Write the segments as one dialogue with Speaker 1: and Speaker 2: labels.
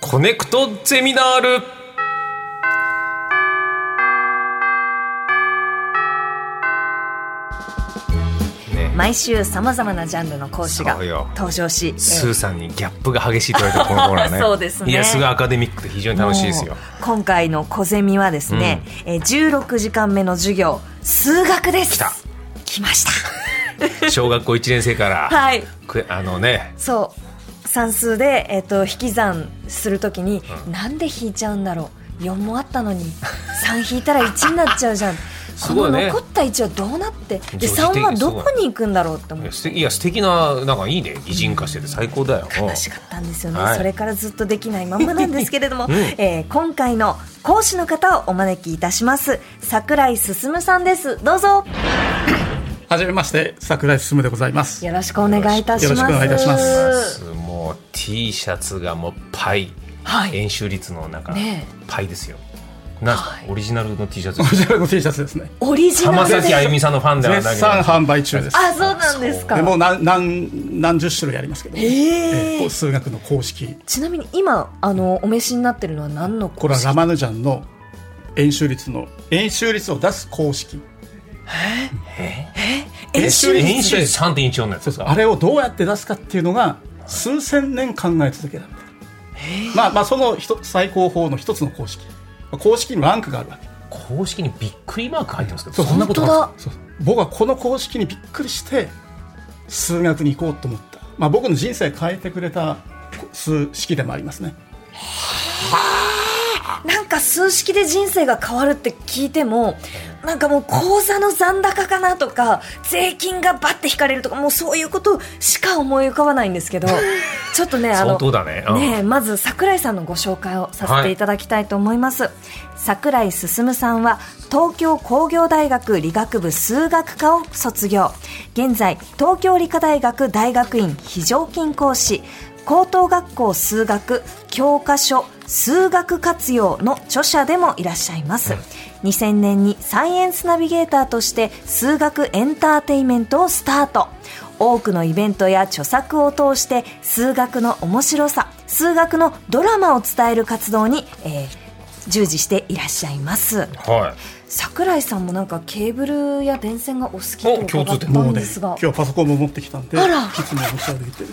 Speaker 1: コネクトゼミナールね
Speaker 2: 毎週さまざまなジャンルの講師が
Speaker 1: そうよ
Speaker 2: 登場し、え
Speaker 1: スー
Speaker 2: ー
Speaker 1: さんにギャップが激しいと言われたこのコーナーね
Speaker 2: そうですね
Speaker 1: いやすごいアカデミックで非常に楽しいですよ
Speaker 2: もう今回の小ゼミはですね、えー16時間目の授業数学です
Speaker 1: 来た
Speaker 2: 来ました
Speaker 1: 小学校1年生から
Speaker 2: はい
Speaker 1: くあのね
Speaker 2: そう算数で、えっと引き算するときに、なんで引いちゃうんだろう4もあったのに3引いたら1になっちゃうじゃん、
Speaker 1: す
Speaker 2: こ
Speaker 1: ご
Speaker 2: の
Speaker 1: いね
Speaker 2: 残った1はどうなってで
Speaker 1: 女子的
Speaker 2: 3はどこに行くんだろうって思
Speaker 1: い
Speaker 2: っ
Speaker 1: や
Speaker 2: て
Speaker 1: 素敵いや素敵ななんかいいね擬人化してて最高だよ
Speaker 2: 悲しかったんですよね、
Speaker 1: はい
Speaker 2: それからずっとできないままなんですけれ ども、
Speaker 1: うん
Speaker 2: えー今回の講師の方をお招きいたします桜井進さんですどうぞ
Speaker 3: はじめまして、桜井進でございます。
Speaker 2: よろしくお願いいたします
Speaker 3: よろしくお願いいたします
Speaker 1: もう T シャツがもうパイ、
Speaker 2: はい
Speaker 1: 円周率の中、
Speaker 2: ね
Speaker 1: パイですよなんか、オリジナルの T シャツ
Speaker 3: こちらの T シャツですね。
Speaker 2: オリジナ
Speaker 1: 浜
Speaker 2: ルで
Speaker 1: 崎あゆみ
Speaker 2: す
Speaker 1: さんのファンでは
Speaker 3: 絶
Speaker 1: ない
Speaker 3: 賛販売中です。
Speaker 2: あそうなんですか
Speaker 3: でもう何何何十種類ありますけど、
Speaker 2: えー
Speaker 3: えー数学の公式。
Speaker 2: ちなみに今あのお召しになってるのは何の
Speaker 3: こ
Speaker 2: 公
Speaker 3: れは
Speaker 2: 式
Speaker 3: ラマヌジャンの円周率の円周率を出す公式。
Speaker 1: 円
Speaker 2: 演
Speaker 1: 周
Speaker 2: 習
Speaker 1: 率
Speaker 2: 率
Speaker 1: 円周率3.14のやつ
Speaker 3: そうそうあれをどうやって出すかっていうのが数千年考え続けられてる。まあまあその一つ最高峰の一つの公式。公式にランクがあるわけ。
Speaker 1: 公式にびっくりマーク入ってますけど、
Speaker 3: そう
Speaker 1: そんなこと
Speaker 2: 本当だ
Speaker 3: そう僕はこの公式にびっくりして数学に行こうと思った、まあ、僕の人生変えてくれた数式でもありますね
Speaker 2: なんか数式で人生が変わるって聞いてもなんかもう口座の残高かなとか税金がバッて引かれるとかもうそういうことしか思い浮かばないんです けどちょっとねあ
Speaker 1: 相
Speaker 2: の
Speaker 1: 当だね,、うん、
Speaker 2: ねえまず桜井さんのご紹介をさせていただきたいと思います、桜井進さんは東京工業大学理学部数学科を卒業現在東京理科大学大学院非常勤講師高等学校数学教科書数学活用の著者でもいらっしゃいます、2000年にサイエンスナビゲーターとして数学エンターテインメントをスタート多くのイベントや著作を通して数学の面白さ数学のドラマを伝える活動に、えー従事していらっしゃいます
Speaker 1: は
Speaker 2: 桜井さんもなんかケーブルや電線がお好きと
Speaker 1: お
Speaker 2: 伺
Speaker 1: 共
Speaker 2: っ
Speaker 1: 通点
Speaker 2: た
Speaker 3: もうんね
Speaker 2: ですが
Speaker 3: 今日はパソコンも持ってきたんでい
Speaker 2: あら
Speaker 3: つも持ち歩いてる、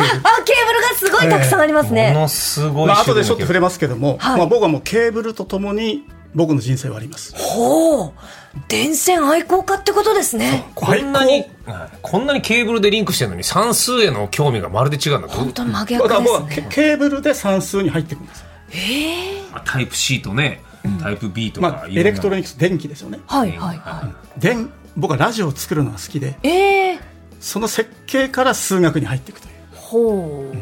Speaker 2: あケーブルがすごいたくさんあります
Speaker 1: い、
Speaker 2: ね、
Speaker 1: ものすごい
Speaker 3: まあ
Speaker 1: 種
Speaker 3: 後
Speaker 1: 類の
Speaker 3: でちょっと触れますけども、
Speaker 2: はい
Speaker 3: まあ、僕はもうケーブルとともに僕の人生はあります
Speaker 2: ほう電線愛好家ってことですね
Speaker 1: こんなに、はいこんなにケーブルでリンクしてるのに算数への興味がまるで違うんだ
Speaker 2: 本当に真
Speaker 3: 最高
Speaker 2: 逆
Speaker 3: だから
Speaker 2: で
Speaker 3: 僕
Speaker 2: す
Speaker 3: はケ
Speaker 2: ね
Speaker 3: ケーブルで算数に入っていくんです、
Speaker 2: ええ
Speaker 1: タイプ C とねタイプ B とか、
Speaker 3: まあ、エレクトロ
Speaker 1: ニ
Speaker 3: ニクス電気ですよね
Speaker 2: はいはいは
Speaker 3: 電僕はラジオを作るのが好きで
Speaker 2: いええ
Speaker 3: その設計から数学に入っていくという、
Speaker 2: ほう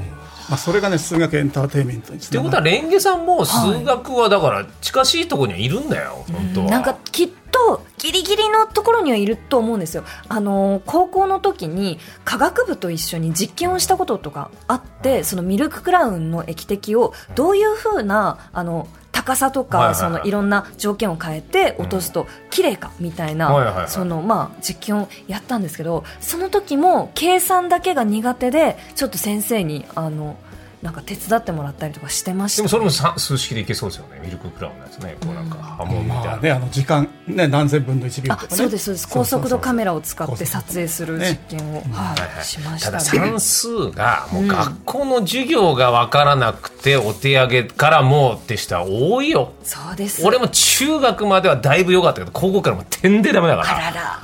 Speaker 3: まあ、それがね数学エンターテインメントにつ
Speaker 1: って
Speaker 3: な
Speaker 1: こ
Speaker 3: が
Speaker 1: と
Speaker 3: る
Speaker 1: はレンゲさんも数学はだから近しいところにはいるんだよ、本当は
Speaker 2: なんかきっとギリギリのところにはいると思うんですよ。あのー高校の時に科学部と一緒に実験をしたこととかあって、そのミルククラウンの液滴をどういう風なあの高さと
Speaker 1: はいはい
Speaker 2: か
Speaker 1: はい
Speaker 2: そのいろんな条件を変えて落とすと綺麗かみたい
Speaker 1: はいはいは
Speaker 2: ないそのまあ実験をやったんですけど、その時も計算だけが苦手でちょっと先生にあのなんか手伝ってもらったりとかしてまし
Speaker 1: でも
Speaker 2: た。
Speaker 1: それもさ数式でいけそうですよねミルククラウンのやつねこうなんか波紋みたい
Speaker 3: ま
Speaker 1: な、
Speaker 3: あね、あの時間、ね、何千分の1秒
Speaker 2: あ
Speaker 3: とか、ね、
Speaker 2: そうですそうです高速度カメラを使って
Speaker 3: そうそうそう
Speaker 2: 撮影する実験を、は
Speaker 1: は
Speaker 2: い
Speaker 1: いはい
Speaker 2: しました
Speaker 1: だ
Speaker 2: たね
Speaker 1: 算数がもう学校の授業が分からなくてお手上げからもうって人は多いよ
Speaker 2: そうです
Speaker 1: 俺も中学まではだいぶ良かったけど高校からもう点でダメだか
Speaker 2: あ
Speaker 1: ら
Speaker 2: らら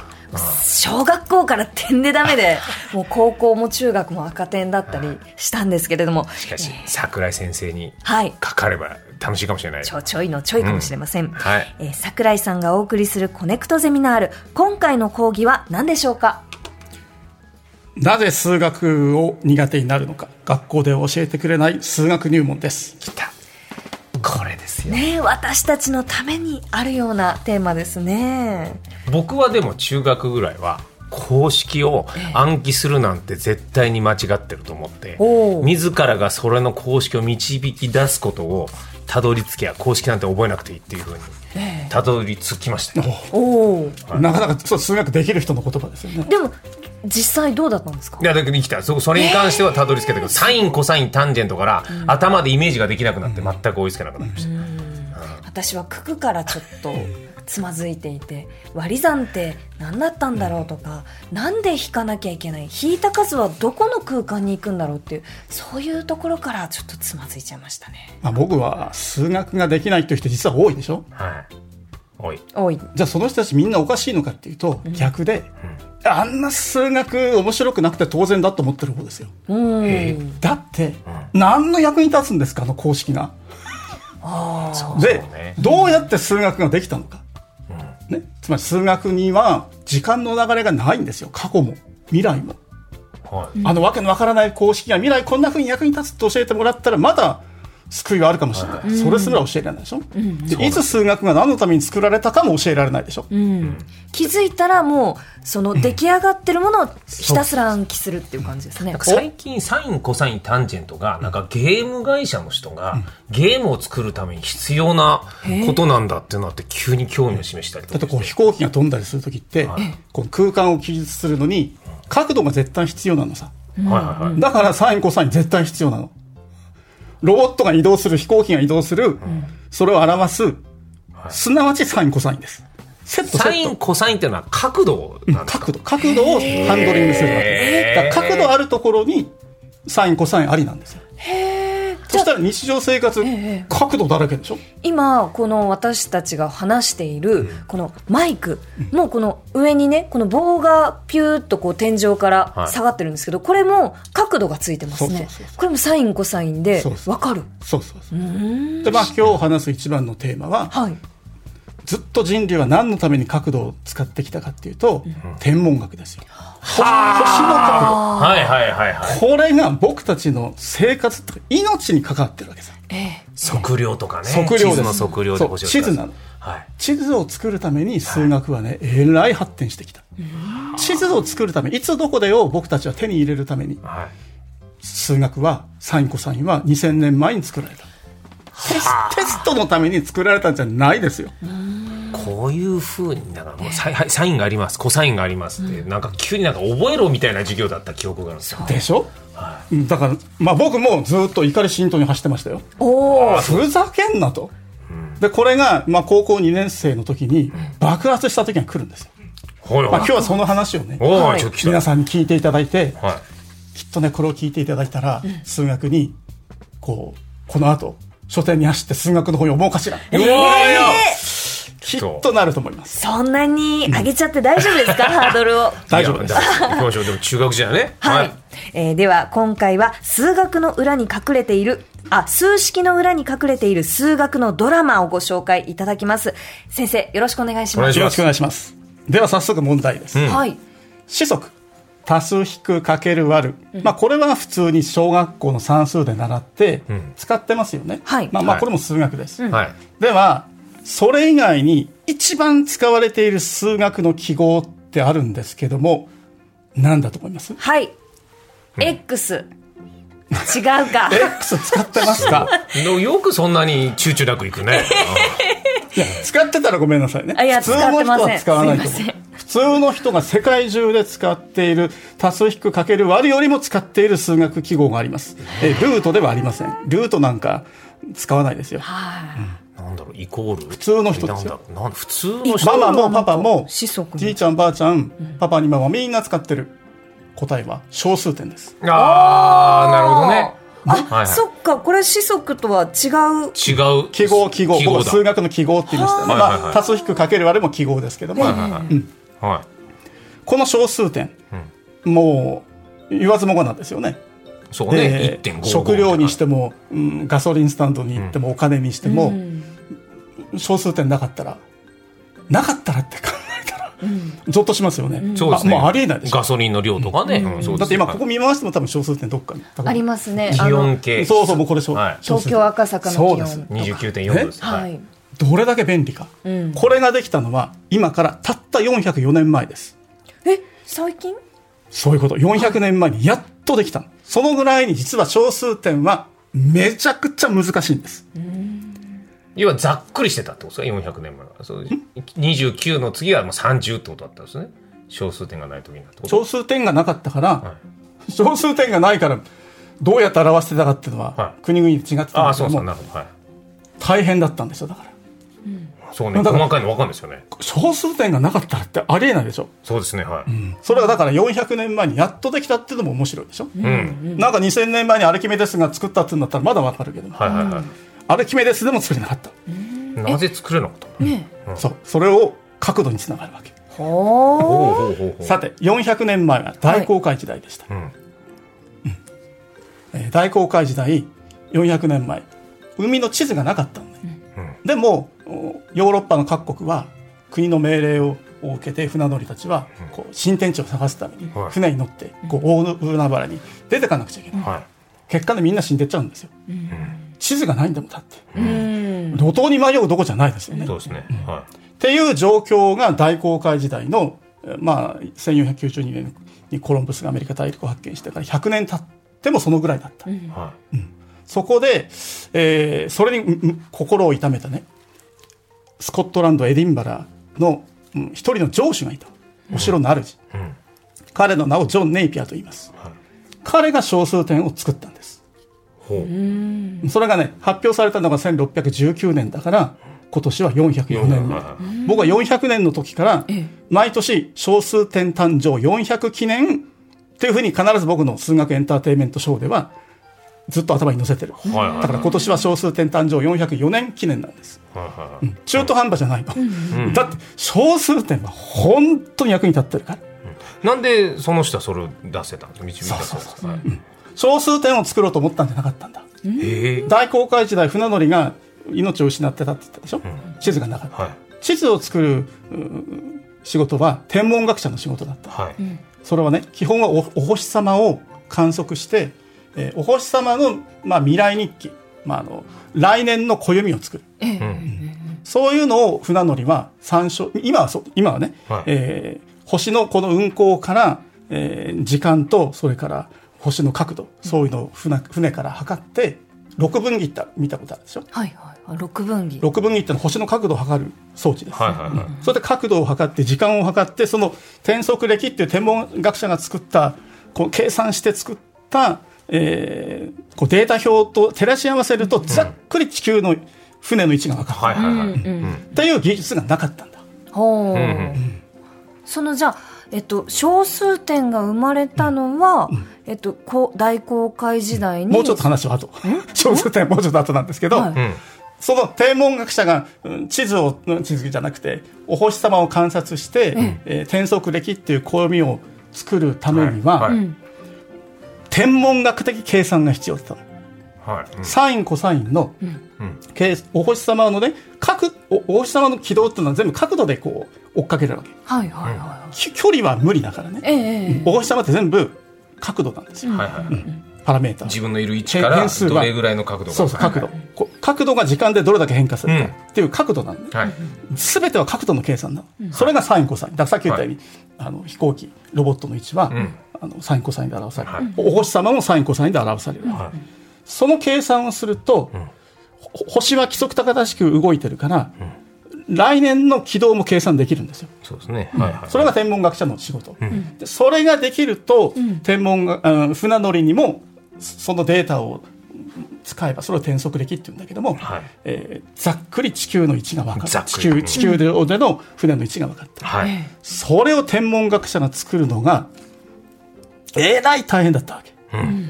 Speaker 2: 小学校から点でダメで もう高校も中学も赤点だったりしたんですけれども
Speaker 1: しかし
Speaker 2: えー
Speaker 1: 桜井先生に
Speaker 2: はい
Speaker 1: かかれば楽しいかもしれない
Speaker 2: ちょちょいのちょいかもしれません、
Speaker 1: はい
Speaker 2: えー桜井さんがお送りするコネクトゼミナール今回の講義は何でしょうか
Speaker 3: なぜ数学を苦手になるのか学校で教えてくれない数学入門です
Speaker 1: 来たこれですよ
Speaker 2: ねえ私たちのためにあるようなテーマですね
Speaker 1: 僕はでも中学ぐらいは公式を暗記するなんて絶対に間違ってると思って、
Speaker 2: おう
Speaker 1: 自らがそれの公式を導き出すことをたどり着けば公式なんて覚えなくていいっていうふうにたどり着きましたよ、
Speaker 2: おお
Speaker 3: なかなかそう数学できる人の言葉ですよね
Speaker 2: でも実際どうだったんですか
Speaker 1: いやだけど生きたそそれに関してはたどり着けたけど、サインコサインタンジェントから、頭でイメージができなくなって全く追いつかなくなりました、
Speaker 2: 私は九九からちょっとつまずいていて割り算って何だったんだろうとか、なんで引かなきゃいけない引いた数はどこの空間に行くんだろうっていうそういうところからちょっとつまずいちゃいましたね
Speaker 3: まあ、僕は数学ができないという人実は多いでしょ
Speaker 1: はいおい
Speaker 2: 多い
Speaker 3: じゃあその人たちみんなおかしいのかっていうと逆で、あんな数学面白くなくて当然だと思ってる方ですよ
Speaker 2: うん、
Speaker 3: だって、何の役に立つんですかあの公式がで、
Speaker 1: そうね
Speaker 3: どうやって数学ができたのか、ね、つまり数学には時間の流れがないんですよ過去も未来も、
Speaker 1: はい、
Speaker 3: あのわけのわからない公式が未来こんなふうに役に立つと教えてもらったらまだ救いはあるかもしれない、それすら教えられないでしょ、でいつ数学が何のために作られたかも教えられないでしょ、
Speaker 2: うん、気づいたらもうその出来上がってるものをひたすら暗記するっていう感じですね
Speaker 1: なんか最近サインコサインタンジェントがなんかゲーム会社の人がゲームを作るために必要なことなんだっていうのあって急に興味を示したり
Speaker 3: だ
Speaker 1: と
Speaker 3: って
Speaker 1: か
Speaker 3: こう飛行機が飛んだりするときって、こう空間を記述するのに角度が絶対必要なのさ。
Speaker 1: はいはいはい
Speaker 3: だからサインコサイン絶対必要なの。ロボットが移動する、飛行機が移動する、それを表す、すなわちサインコサインです。セットセ
Speaker 1: サイ
Speaker 3: ッ
Speaker 1: ン
Speaker 3: ト。
Speaker 1: コサインっていうのは角度なんですか
Speaker 3: 角度、角度をハンドリングするわ
Speaker 1: へ
Speaker 3: け。
Speaker 1: ー
Speaker 3: だから角度あるところにサインコサインありなんですよ。そしたら日常生活、
Speaker 2: え
Speaker 3: 角度だらけでしょ
Speaker 2: 今この私たちが話しているこのマイク、もうこの上にねこの棒がピューっとこう天井から
Speaker 1: はい
Speaker 2: 下がってるんですけど、これも角度がついてますね
Speaker 3: そうそうそうそう
Speaker 2: これもサインコサインで
Speaker 3: そうそう
Speaker 2: わかる
Speaker 3: そうそうそう。で、まあ今日話す一番のテーマは、
Speaker 2: はい
Speaker 3: ずっと人類は何のために角度を使ってきたかっていうと、天文学ですよ。星の
Speaker 1: はいはいはいはい
Speaker 3: 角度。これが僕たちの生活とか命に関わってるわけさ。
Speaker 2: え
Speaker 1: 測量とかね
Speaker 3: 測
Speaker 1: 地
Speaker 3: 量
Speaker 1: 図
Speaker 3: で
Speaker 1: の
Speaker 3: す
Speaker 1: 測量で
Speaker 3: そう
Speaker 1: 教えて
Speaker 3: 地図
Speaker 1: くだ
Speaker 3: な
Speaker 1: さい
Speaker 3: の。
Speaker 1: はい
Speaker 3: 地図を作るために数学はね、えらい発展してきた。地図を作るため、いつどこでを僕たちは手に入れるために、
Speaker 1: はい
Speaker 3: 数学は、サインコサインは2000年前に作られた。テステストのために作られたんじゃないですよ。
Speaker 1: こういうふうにだからもうサイ,、はい、サインがありますコサインがありますって、なんか急になんか覚えろみたいな授業だった記憶があるんですよ
Speaker 3: でしょ、うんだから、まあ、僕もずっと怒り浸透に走ってましたよ。
Speaker 2: えおお
Speaker 3: ふざけんなと。でこれが、まあ、高校2年生の時に爆発した時が来るんですよ、
Speaker 1: ほい
Speaker 3: まあ、
Speaker 1: ほ
Speaker 3: 今
Speaker 1: い
Speaker 3: 日はその話をね
Speaker 1: おお、
Speaker 2: はい
Speaker 1: ちょっと来た
Speaker 3: 皆さんに聞いていただいて
Speaker 1: は
Speaker 3: きっとねこれを聞いていただいたら数学にこうこの後書店に走って数学の本読もうかしら
Speaker 1: い、うわーよ
Speaker 3: きっとなると思います
Speaker 2: そんなに上げちゃって大丈夫ですか、ハード ルを
Speaker 3: 大丈夫です
Speaker 1: いや行きましょうでも中学時代ね
Speaker 2: はい、えーでは今回は数学の裏に隠れているあ数式の裏に隠れている数学のドラマをご紹介いただきます先生よろしくお願いし
Speaker 1: お願
Speaker 2: ま
Speaker 1: いし
Speaker 2: す
Speaker 3: よ
Speaker 1: ま
Speaker 3: ろし
Speaker 1: す
Speaker 3: くお願いしますでは早速問題です、
Speaker 2: はい
Speaker 3: 子息足す引くかける割る、まあ、これは普通に小学校の算数で習って
Speaker 1: ん
Speaker 3: 使ってますよね、
Speaker 2: はい
Speaker 3: まあ、ま
Speaker 1: は
Speaker 3: あ
Speaker 1: い
Speaker 3: これも数学です、
Speaker 1: はい
Speaker 3: ではそれ以外に一番使われている数学の記号ってあるんですけども何だと思います
Speaker 2: はい、X 違うか
Speaker 3: X 使ってますか
Speaker 1: のよくそんなに躊躇なくい くね、
Speaker 3: いや使ってたらごめんなさいね
Speaker 2: あいや
Speaker 3: 普通の人は使わないと
Speaker 2: 使ってませんすいま
Speaker 3: 思う普通の人が世界中で使っている足す引くかける割るよりも使っている数学記号がありますえルートではありませんルートなんか使わないですよ
Speaker 2: はい
Speaker 1: うんなんだろうイコール普
Speaker 3: 通の人で
Speaker 1: な
Speaker 3: すよ
Speaker 1: んだろうなん普通の人
Speaker 3: ママもパパも
Speaker 2: 子息の
Speaker 3: じいちゃんばあちゃんパパにママみんな使ってる答えは小数点です
Speaker 1: ああなるほどね
Speaker 2: あ、そっかこれ子息とは違う
Speaker 1: いはい、違う
Speaker 3: 記号記号僕
Speaker 1: だ
Speaker 3: 数学の記号って言いましたよね
Speaker 1: はあはいはい
Speaker 3: まあ足す引くかける割れも記号ですけども、
Speaker 1: はいはいはい、はい
Speaker 3: この小数点、もう言わずもがなですよね
Speaker 1: そうね
Speaker 3: で
Speaker 1: 1.5
Speaker 3: 食料にしても、うんガソリンスタンドに行っても、お金にしても、小数点なかったらなかったらって考えたら、ゾッとしますよね,あ、
Speaker 1: そうですね
Speaker 3: もうありえないでしょ
Speaker 1: ガソリンの量とかね、うんそうです
Speaker 3: だって今ここ見回しても多分小数点どっかに
Speaker 2: ありますねあ
Speaker 1: 気
Speaker 2: の
Speaker 1: 温計
Speaker 3: そうそうもうこれ小,、
Speaker 1: はい
Speaker 3: 小数
Speaker 2: 東
Speaker 3: 点
Speaker 2: 京赤坂の気
Speaker 3: そう
Speaker 2: 温
Speaker 3: で
Speaker 2: とか
Speaker 3: す
Speaker 1: 29.4度です、
Speaker 2: はい、
Speaker 3: どれだけ便利か、
Speaker 2: ん
Speaker 3: これができたのは今からたった404年前です
Speaker 2: え最近
Speaker 3: そういうこと。400年前にやっとできたの。そのぐらいに実は小数点はめちゃくちゃ難しいんです。
Speaker 1: 要はざっくりしてたってことですか400年前はそう29の次はもう30ってことだったんですね小数点がない時になってこと
Speaker 3: 小数点がなかったから、
Speaker 1: は
Speaker 3: 小数点がないからどうやって表してたかっていうのは、
Speaker 1: は
Speaker 3: 国々で違ってたんですけど
Speaker 1: あ
Speaker 3: も
Speaker 1: あそうそうなるほどはい
Speaker 3: 大変だったんですよだから
Speaker 1: そうね
Speaker 3: だから
Speaker 1: 細かいの分かるんですよね
Speaker 3: 小数点がなかったらってありえないでしょ
Speaker 1: そうですねはい、うん
Speaker 3: それがだから400年前にやっとできたっていうのも面白いでしょ、なんか2000年前にアルキメデスが作ったっていうんだったらまだわかるけど、
Speaker 1: はいはいはい、
Speaker 3: アルキメデスでも作れなかった、
Speaker 1: なぜ作れなかったの
Speaker 2: ね
Speaker 3: そうそれを角度につながるわけ、
Speaker 1: ほうほう
Speaker 2: ほ
Speaker 1: ほうほう
Speaker 3: さて400年前は大航海時代でした、
Speaker 1: うん
Speaker 3: えー大航海時代400年前海の地図がなかったんで、でもおヨーロッパの各国は国の命令を受けて船乗りたちはこう新天地を探すために
Speaker 1: はい
Speaker 3: 船に乗ってこう大海原に出てかなくちゃいけない
Speaker 1: は
Speaker 3: 結果でみんな死んでっちゃうんですよ、地図がないんだもんだって
Speaker 2: ううん
Speaker 3: 路頭に迷うどこじゃないですよね
Speaker 1: い
Speaker 3: っ
Speaker 1: そうですね、は
Speaker 3: ていう状況が大航海時代の、えーまあ、1492年にコロンブスがアメリカ大陸を発見してから100年経ってもそのぐらいだった、
Speaker 1: いは
Speaker 3: そこで、えーそれにうんうん心を痛めたね、スコットランド・エディンバラのうん一人の城主がいた。お城の主。
Speaker 1: い、うん
Speaker 3: 彼の名をジョン・ネイピアと言います。
Speaker 1: はい、
Speaker 3: 彼が小数点を作ったんです。
Speaker 1: ほう
Speaker 3: それがね、発表されたのが1619年だから、今年は404年目
Speaker 1: はいは。
Speaker 3: 僕は400年の時から、毎年小数点誕生400記念っていうふうに必ず僕の数学エンターテインメントショーでは、ずっと頭に乗せてる。
Speaker 1: はいはいはい
Speaker 3: だから今年は小数点誕生404年記念なんです。
Speaker 1: はいはいはい
Speaker 3: 中途半端じゃないの。だって小数点は本当に役に立ってるか
Speaker 1: な
Speaker 3: ら。
Speaker 1: んでその人はそれを出せたんですか導いたんですか
Speaker 3: そう
Speaker 1: はい
Speaker 3: 小数点を作ろうと思ったんじゃなかったんだ。
Speaker 1: へえ
Speaker 3: 大航海時代船乗りが命を失ってたって言ったでしょ、地図がなかった。
Speaker 1: はい
Speaker 3: 地図を作るうー仕事は天文学者の仕事だった。
Speaker 1: はい、
Speaker 3: それはね、基本はおお星様を観測して、えーお星様の、まあ、未来日記、まあ、あの来年の暦を作る。そういうのを船乗りは参照、今はそう、今はね、
Speaker 1: はい
Speaker 3: えー星のこの運航から、えー時間と、それから星の角度、そういうのを船船から測って、六分切った、見たことあるでしょ
Speaker 2: はいはいあ六分岐
Speaker 3: 六分切ったの星の角度を測る装置です。
Speaker 1: はいはいはい
Speaker 3: それで角度を測って時間を測ってその転速歴っていう天文学者が作ったこう計算して作った、えーこうデータ表と照らし合わせるとざっくり地球の船の位置が分かる、
Speaker 1: はいはいはい、うん
Speaker 3: っていう技術がなかったんだ。
Speaker 2: ほ
Speaker 1: ん
Speaker 2: う、
Speaker 1: う
Speaker 2: そのじゃあ、えっと、小数点が生まれたのは、えっと、こう大航海時代に
Speaker 3: もうちょっと話は後。小数点はもうちょっと後なんですけど、
Speaker 2: はい
Speaker 1: ん
Speaker 3: その天文学者がうん地図を、うん地図じゃなくて、お星様を観察して、えー転速歴っていう暦を作るためには、
Speaker 1: はいはい
Speaker 3: 天文学的計算が必要だったの。
Speaker 1: はいうん
Speaker 3: サイン、コサインの、けいお星様のね、角、おお星様の軌道っていうのは全部角度でこう、追っかけてるわけ。
Speaker 2: はいはいはい、
Speaker 3: き距離は無理だからね。
Speaker 2: ええええ
Speaker 3: お星様って全部角度なんですよ。
Speaker 1: はいはいはい
Speaker 3: パラメータ。
Speaker 1: 自分のいる位置から
Speaker 3: 変数が
Speaker 1: どれぐらいの角度が
Speaker 3: そうそう、
Speaker 1: はい
Speaker 3: 角度。こう角度が時間でどれだけ変化するかっていう角度なんで。
Speaker 1: はい
Speaker 3: すべては角度の計算なの。それがサイン、コサイン。だからさっき言ったように、あの、飛行機、ロボットの位置は
Speaker 1: ん、
Speaker 3: あの、サイン、コサインで表され
Speaker 1: は
Speaker 3: る。お星様もサイン、コサインで表される。
Speaker 1: は
Speaker 3: その計算をすると、ほ星は規則正しく動いてるから、来年の軌道も計算できるんですよ。
Speaker 1: いそうですねはいはい
Speaker 3: それが天文学者の仕事。でそれができると、天文が、うん船乗りにも、そそのデータを使えば、それを転速歴って言うんだけども、
Speaker 1: はい
Speaker 3: えーざっくり地球の位置が分か
Speaker 1: ざ
Speaker 3: る
Speaker 1: っ。
Speaker 3: 地
Speaker 1: くり
Speaker 3: 球、地球での船の位置が分かった。
Speaker 1: はい
Speaker 3: それを天文学者が作るのが、えらい大変だったわけ。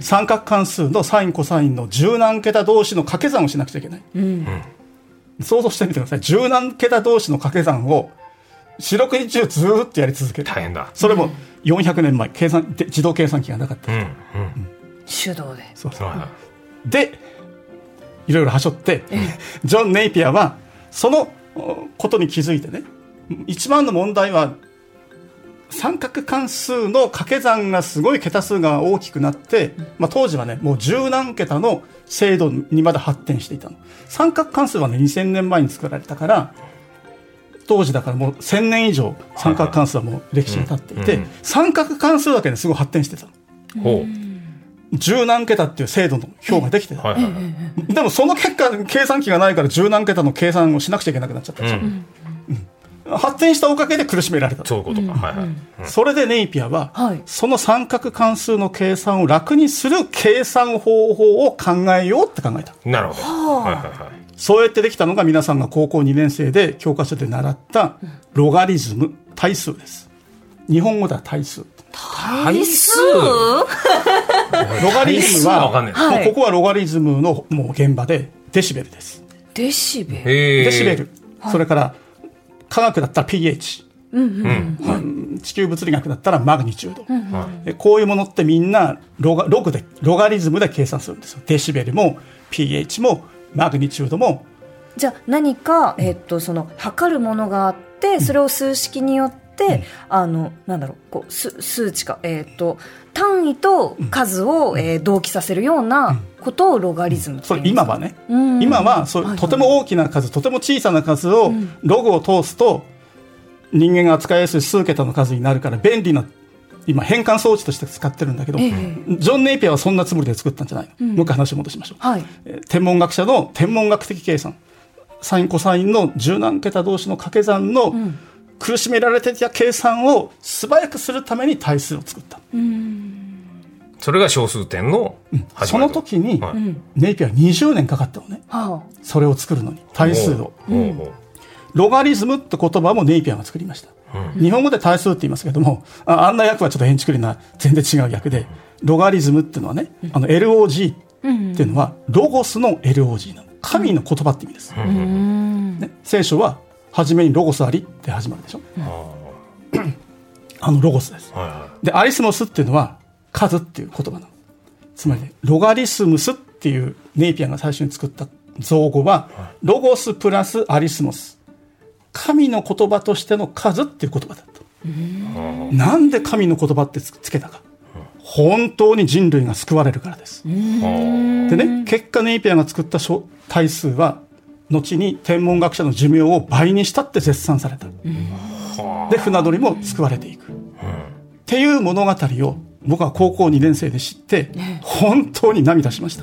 Speaker 3: 三角関数のサイン、コサインの十何桁同士の掛け算をしなくちゃいけない。想像してみてください。十何桁同士の掛け算を、四六日中ずーっとやり続ける。
Speaker 1: 大変だ
Speaker 3: それも400年前、計算、で自動計算機がなかった。
Speaker 1: うんうん
Speaker 2: 手動で
Speaker 3: そうそう
Speaker 1: は
Speaker 3: で、いろいろはしょって、ジョン・ネイピアは、そのおことに気づいてね、一番の問題は、三角関数の掛け算がすごい桁数が大きくなって、まあ、当時はね、もう十何桁の精度にまだ発展していたの。三角関数はね、2000年前に作られたから、当時だからもう1000年以上三角関数はもう歴史が経っていて、
Speaker 1: うんうん
Speaker 3: 三角関数だけですごい発展してた
Speaker 1: い
Speaker 3: の。
Speaker 1: ほ
Speaker 3: 十何桁っていう精度の表ができてた
Speaker 1: う。はいはいはい
Speaker 3: でもその結果、計算機がないから十何桁の計算をしなくちゃいけなくなっちゃったでしょ。発展したおかげで苦しめられたと
Speaker 1: そういうことか。はいはい。うん
Speaker 3: それでネイピアは、
Speaker 2: はい
Speaker 3: その三角関数の計算を楽にする計算方法を考えようって考えた。
Speaker 1: なるほど。はいはいはい。
Speaker 3: そうやってできたのが皆さんが高校2年生で教科書で習ったロガリズム、対数です。日本語では対数。
Speaker 1: 回数
Speaker 3: ロガリズム
Speaker 1: わかんな
Speaker 3: は、
Speaker 1: い。
Speaker 2: はい
Speaker 3: もうここはロガリズムのもう現場でデシベルです。
Speaker 2: デシベル
Speaker 1: へー
Speaker 3: デシベル。それから科学だったら pH。
Speaker 1: うん。
Speaker 3: 地球物理学だったらマグニチュード、
Speaker 1: は
Speaker 3: えこういうものってみんなロガログでロガリズムで計算するんですよデシベルも pH もマグニチュードも
Speaker 2: じゃあ何か、えっと、その測るものがあってそれを数式によって、あのなんだろうこう数数値か、えっと単位と数を、えー同期させるようなことをロガリズムって
Speaker 3: そ
Speaker 2: 言
Speaker 3: れ
Speaker 2: うんです
Speaker 3: 今
Speaker 2: か
Speaker 3: はね、
Speaker 2: うん
Speaker 3: 今はそう、
Speaker 2: はいはい
Speaker 3: とても大きな数とても小さな数をログを通すと人間が扱いやすい数桁の数になるから便利な今変換装置として使ってるんだけど、
Speaker 2: ええ
Speaker 3: ジョン・ネイピアはそんなつもりで作ったんじゃないの、もう一回話を戻しましょう、
Speaker 2: はい
Speaker 3: えー天文学者の天文学的計算サインコサインの十何桁同士の掛け算の苦しめられていた計算を素早くするために対数を作った、
Speaker 1: いそれが小数点の始
Speaker 3: そ
Speaker 1: まり
Speaker 3: の
Speaker 1: と
Speaker 3: 時に、
Speaker 1: はい
Speaker 3: ネイピアは20年かかったのね
Speaker 2: はあ
Speaker 3: それを作るのに対数を
Speaker 1: おうおうおう
Speaker 3: ロガリズムって言葉もネイピアが作りました、日本語で対数って言いますけどもああんな訳はちょっと変築りな全然違う訳でロガリズムっていうのはね、あの LOG っていうのはロゴスの LOG なの神の言葉って意味です、ね、聖書は初めにロゴスありって始まるでしょ、あのロゴスです
Speaker 1: はいは
Speaker 3: でアリスモスっていうのは数っていう言葉なのつまりね、ロガリスムスっていうネイピアが最初に作った造語はロゴスプラスアリスモス神の言葉としての数っていう言葉だったなんで神の言葉ってつつけたか本当に人類が救われるからです
Speaker 1: いは
Speaker 3: でね結果ネイピアが作った書体数は後に天文学者の寿命を倍にしたって絶賛されたで船乗りも救われていくっていう物語を僕は高校2年生で知って本当に涙しました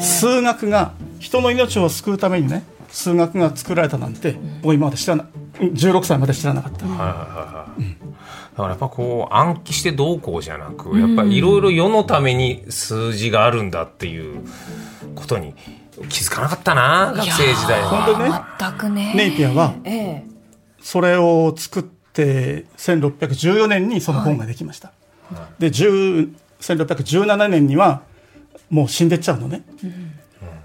Speaker 3: 数学が人の命を救うためにね数学が作られたなんて僕今まで知らない16歳まで知らなかった
Speaker 1: だからやっぱこう暗記してどうこうじゃなくやっぱりいろいろ世のために数字があるんだっていうことに気づかなかったな学生時代
Speaker 3: 本当
Speaker 1: は。
Speaker 3: にね
Speaker 2: 全くね
Speaker 3: ネイピアは
Speaker 2: ええ
Speaker 3: それを作って1614年にその本ができました、で10 1617年にはもう死んでっちゃうのね、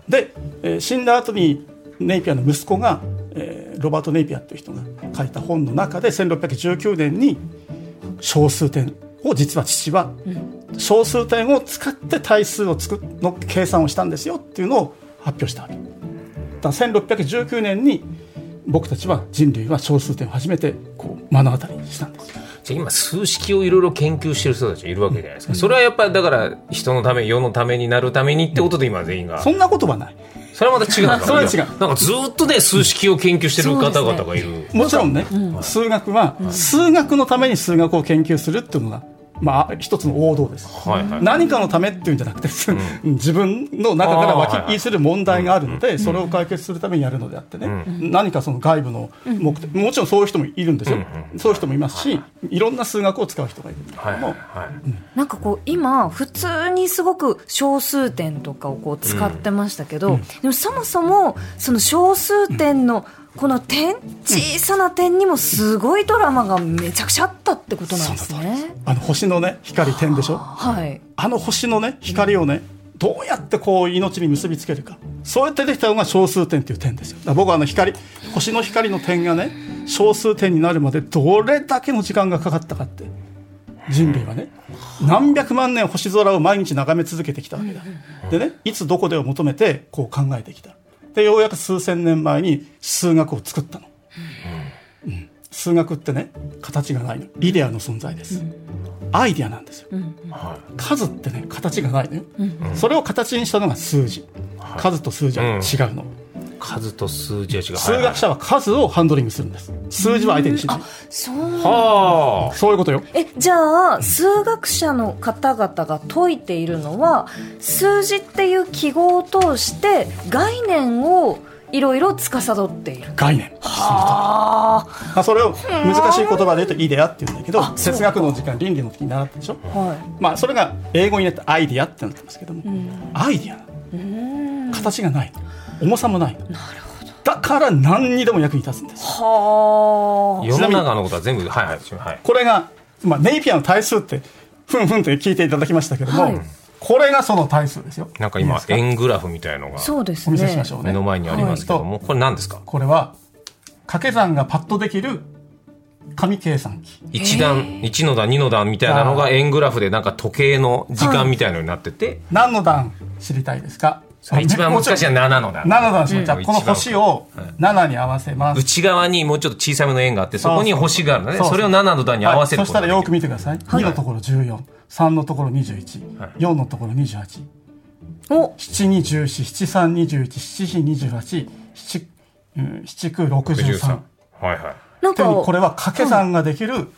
Speaker 3: で、えー死んだ後にネイピアの息子が、えーロバート・ネイピアっていう人が書いた本の中で1619年に小数点を実は父は小数点を使って対数を作っの計算をしたんですよっていうのを発表したわけ。だから1619年に僕たちは人類は小数点を初めてこう目の当たりにしたんですよ
Speaker 1: じゃあ今数式をいろいろ研究してる人たちいるわけじゃないですか。それはやっぱりだから人のため世のためになるためにってことで今全員が
Speaker 3: そんなことはない
Speaker 1: それはまた違うのか
Speaker 3: それは違う
Speaker 1: いやなんかずっとね数式を研究してる方々がいる。
Speaker 3: もちろんね、数学は数学のために数学を研究するっていうのが、まあ、一つの王道です、
Speaker 1: はいはい。
Speaker 3: 何かのためっていうんじゃなくて、 自分の中から
Speaker 1: あーはい
Speaker 3: 湧き
Speaker 1: はい
Speaker 3: する問題があるので、それを解決するためにやるのであってね、何かその外部の目的、もちろんそういう人もいるんですよ、そういう人もいますし、いろんな数学を使う人がいるんだけ
Speaker 1: はいは
Speaker 3: ど
Speaker 1: い
Speaker 3: も、
Speaker 1: はい。
Speaker 2: なんかこう今普通にすごく小数点とかをこう使ってましたけど、でもそもそもその小数点のこの点、小さな点にもすごいドラマがめちゃくちゃあったってことなんですね。
Speaker 3: あの星のね、光点でしょ。
Speaker 2: はい。
Speaker 3: あの星のね光をねどうやってこう命に結びつけるかそうやってできたのが小数点という点ですよだから僕はあの光星の光の点がね小数点になるまでどれだけの時間がかかったかって人類はね何百万年星空を毎日眺め続けてきたわけだでねいつどこでを求めてこう考えてきたでようやく数千年前に数学を作ったの、うん数学ってね形がないのイデアの存在です、アイデアなんですよ、数ってね形がないのよ、それを形にしたのが数字数と数字は違うの、
Speaker 1: 数と数字は違う。
Speaker 3: 数学者は数をハンドリングするんです数字は相手にしない、
Speaker 2: そう。
Speaker 1: は
Speaker 3: そういうことよ
Speaker 2: えじゃあ数学者の方々が解いているのは数字っていう記号を通して概念をいろいろ司っている。
Speaker 3: 概念
Speaker 2: は
Speaker 3: まあそれを難しい言葉で言うとイデアっていうんだけど哲学の時間倫理の時に習ったでしょ、
Speaker 2: あ。は
Speaker 3: まあ、それが英語になってアイディアってなってますけども、アイディアなの
Speaker 2: い。うん。
Speaker 3: 形がない重さもないの
Speaker 2: なるほど。
Speaker 3: だから何にでも役に立つんです
Speaker 2: は
Speaker 1: 世の中のことは全部はいはいはい
Speaker 3: これが、まあ、ネイピアの対数ってふんふんって聞いていただきましたけども、
Speaker 2: はい
Speaker 3: これがその対数ですよ
Speaker 1: なんか
Speaker 3: いい
Speaker 1: 今
Speaker 3: です
Speaker 1: 円グラフみたいのが
Speaker 2: あ。そうです
Speaker 3: お
Speaker 2: ね。
Speaker 3: 見せしましょうね
Speaker 1: 目の前にありますけどもこれ何ですか
Speaker 3: これは掛け算がパッとできる紙計算機
Speaker 1: 一段一の段二の段みたいなのが円グラフでなんか時計の時間みたいのになってて
Speaker 3: 何の段知りたいですか
Speaker 1: 一番難しい
Speaker 3: 7
Speaker 1: のは7の段
Speaker 3: の段知りたい、
Speaker 1: うん
Speaker 3: じゃあこの星を7に合わせます、
Speaker 1: 内側にもうちょっと小さめの円があってそこに星があるのね
Speaker 3: そうそう
Speaker 1: それを7の段に合わせる
Speaker 3: はい、そしたらよく
Speaker 1: 見
Speaker 3: 見てください、2のところ143のところ214、
Speaker 1: はい
Speaker 3: 4のところ287
Speaker 2: お、
Speaker 3: に14173217428七九六十三
Speaker 1: はいはい
Speaker 2: なん
Speaker 3: というふうにこ
Speaker 2: か、
Speaker 3: れは掛け算ができる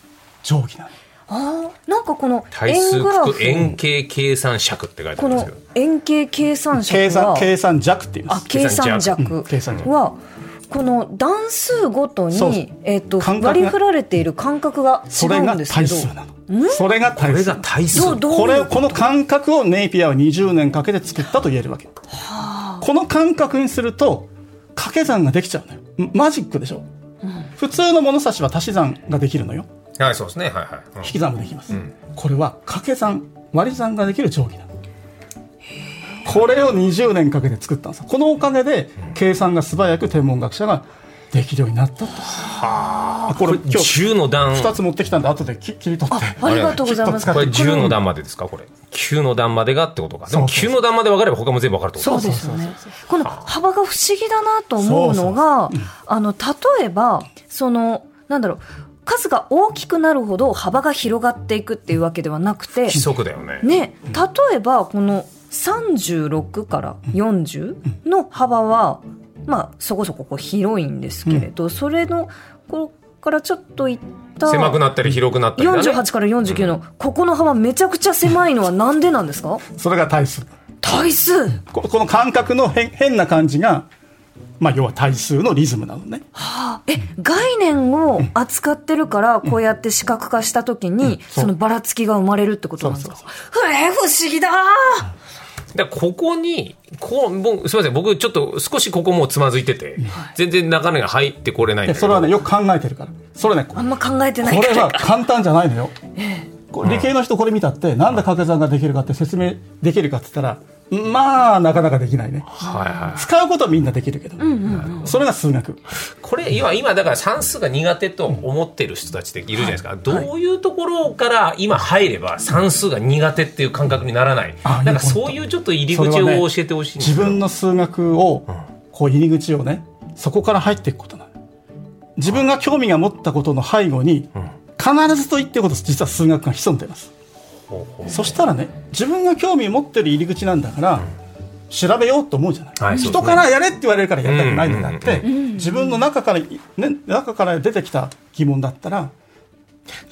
Speaker 3: 定規なの、
Speaker 2: あーなんかこの
Speaker 1: 対数
Speaker 2: 円グラフ
Speaker 1: 聞く。円形計算尺って書いてあ
Speaker 2: こ
Speaker 1: るんです
Speaker 2: の
Speaker 1: けど
Speaker 2: 円形計算尺は
Speaker 3: 計算計算弱って言いま
Speaker 2: あ
Speaker 3: す
Speaker 2: 計算弱
Speaker 3: うん計算弱
Speaker 2: はこの段数ごと
Speaker 3: そう
Speaker 2: に、えっと
Speaker 3: 感覚が
Speaker 2: 割り振られている感覚が違
Speaker 3: それ
Speaker 2: うん
Speaker 3: が
Speaker 2: ですけ
Speaker 3: 対
Speaker 2: ど
Speaker 3: 数なのそれが
Speaker 1: こ
Speaker 3: 対
Speaker 1: れ
Speaker 3: 数
Speaker 1: が対数
Speaker 2: どうどう
Speaker 3: こ
Speaker 2: い
Speaker 3: れ
Speaker 2: う
Speaker 3: をこの感覚をネイピアは20年かけて作ったと言えるわけこの感覚にすると掛け算ができちゃうのよんマジックでしょ、普通の物差しは足し算ができるのよ
Speaker 1: はいそうですねはいはいうん
Speaker 3: 引き算もできます、
Speaker 1: ん
Speaker 3: これは掛け算割り算ができる定規なのこれを20年かけて作ったんですこのおかげで計算が素早く天文学者ができるようになったとあこれ今日
Speaker 1: 10の段
Speaker 3: 2つ持ってきたんで後でき切り取って
Speaker 2: ありがとうございます
Speaker 3: あ
Speaker 1: これ
Speaker 3: れ
Speaker 1: 10の段までですかこれ9の段までがってことかでも
Speaker 3: そうそうそ
Speaker 1: 9の
Speaker 3: う
Speaker 1: 段まで分かれば他も全部分かるってこと
Speaker 2: そう
Speaker 1: か
Speaker 2: ですよねこの幅が不思議だなと思うの
Speaker 3: そ
Speaker 2: が
Speaker 3: うそうそううん
Speaker 2: あの例えばそのなんだろう数が大きくなるほど幅が広がっていくっていうわけではなくて
Speaker 1: 規則だよね
Speaker 2: ね、例えばこの36から40の幅は、まあそこそここう広いんですけれど、それのここからちょっといった
Speaker 1: 狭くなったり広くなったりだね
Speaker 2: 48から49のここの幅めちゃくちゃ狭いのはなんでなんですか
Speaker 3: それが対数
Speaker 2: 対数
Speaker 3: ここの感覚の変変な感じが、まあ、要は対数のリズムなのね
Speaker 2: え概念を扱ってるからこうやって視覚化した時に
Speaker 3: そう
Speaker 2: そのばらつきが生まれるってことなんですか
Speaker 3: そう
Speaker 2: えー不思議だ
Speaker 1: だからここにこうもうすみません僕ちょっと少しここもうつまずいてて全然中身が入ってこれないんだ
Speaker 3: で
Speaker 1: け
Speaker 3: そ
Speaker 1: ど
Speaker 3: れはねよく考えてるからそれねこ
Speaker 2: あんま考えてない
Speaker 3: こ
Speaker 2: か
Speaker 3: れ
Speaker 2: ら
Speaker 3: は簡単じゃないのよ。こう理系の人これ見たって、なんで掛け算ができるかって説明できるかって言ったら、まあ、なかなかできないね。
Speaker 1: はいはい
Speaker 3: 使うことはみんなできるけど、それが数学。
Speaker 1: これ今今だから算数が苦手と思ってる人たちっているじゃないですか、どういうところから今入れば算数が苦手っていう感覚にならない、
Speaker 3: あ
Speaker 1: なんか
Speaker 3: いいポイント
Speaker 1: そういうちょっと入り口
Speaker 3: それ
Speaker 1: を
Speaker 3: はね
Speaker 1: 教えてほしいんです
Speaker 3: 自
Speaker 1: けど
Speaker 3: 分の数学を、こう入り口をね、そこから入っていくことなの。自分が興味が持ったことの背後に、必ずと言ってること、実は数学が潜んでます。
Speaker 1: ほうほ
Speaker 3: そしたらね、自分が興味持ってる入り口なんだから、調べようと思うじゃない、
Speaker 1: はいそうですね
Speaker 3: 人からやれって言われるからやりたくないのだって、
Speaker 1: うん
Speaker 3: 自分の中から、ね、中から出てきた疑問だったら、
Speaker 1: う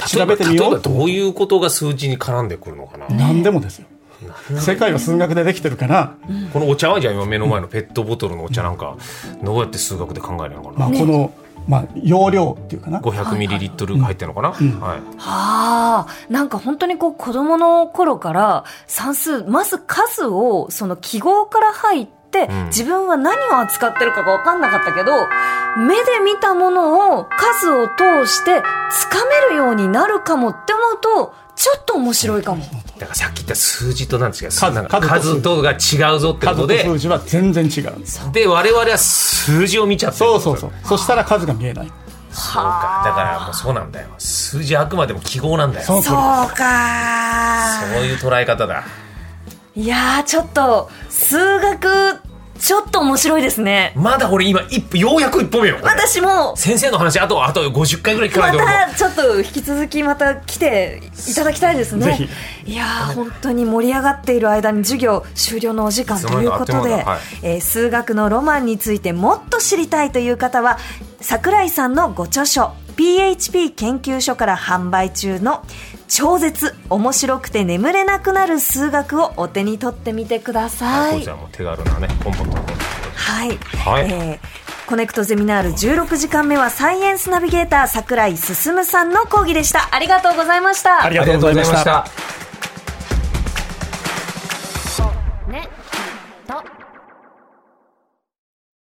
Speaker 3: 調べてみよ
Speaker 1: 例えば
Speaker 3: うと
Speaker 1: どういうことが数字に絡んでくるのかな、
Speaker 3: 何でもですよ。世界は数学でできてるから、
Speaker 1: このお茶はじゃあ今目の前のペットボトルのお茶なんかどうやって数学で考えるのか
Speaker 3: ま
Speaker 1: な、
Speaker 3: あ、この、まあ、容量っていうかな。
Speaker 1: 500ミリリットル入ってるのかな、はい
Speaker 2: はあ、なんか本当にこう子供の頃から算数、まず数をその記号から入って、
Speaker 1: うん
Speaker 2: 自分は何を扱ってるかが分かんなかったけど、目で見たものを数を通して掴めるようになるかもって思うと、ちょっと面白いかも。
Speaker 1: だからさっき言った数字となんですけど
Speaker 3: 数
Speaker 1: なんか
Speaker 3: 数
Speaker 1: 数
Speaker 3: と
Speaker 1: とが違うぞってこと
Speaker 3: 数と
Speaker 1: で
Speaker 3: 数字は全然違うんです。
Speaker 1: で我々は数字を見ちゃってる
Speaker 3: そうそうそう。そしたら数が見えない。
Speaker 1: そうか。だからもうそうなんだよ。数字あくまでも記号なんだよ。
Speaker 3: そ
Speaker 1: そう
Speaker 3: の通り
Speaker 2: そうか
Speaker 1: ういう捉え方だ。
Speaker 2: いやー、ちょっと、数学、ちょっと面白いですね。
Speaker 1: まだ俺今一歩、ようやく一歩目よ。これ
Speaker 2: 私も、
Speaker 1: 先生の話、あと、あと50回ぐらい聞かない
Speaker 2: ま
Speaker 1: と俺も
Speaker 2: たちょっと引き続きまた来ていただきたいですね。
Speaker 3: ぜ
Speaker 2: いやー本当に盛り上がっている間に授業終了のお時間というこ
Speaker 1: いつの
Speaker 2: と
Speaker 1: 間に
Speaker 2: で、
Speaker 1: かあっという間だはい
Speaker 2: えー数学のロマンについてもっと知りたいという方は桜井さんのご著書 PHP 研究所から販売中の超絶面白くて眠れなくなる数学をお手に取ってみてくださ
Speaker 1: こ
Speaker 2: い
Speaker 1: ち。らも手軽なね、コンパクトな。
Speaker 2: はい、
Speaker 1: はい
Speaker 2: えーコネクトゼミナール16時間目はサイエンスナビゲーター桜井進さんの講義でしたありがとうございました
Speaker 3: ありがとうございました
Speaker 1: ありがとうございました
Speaker 4: ねと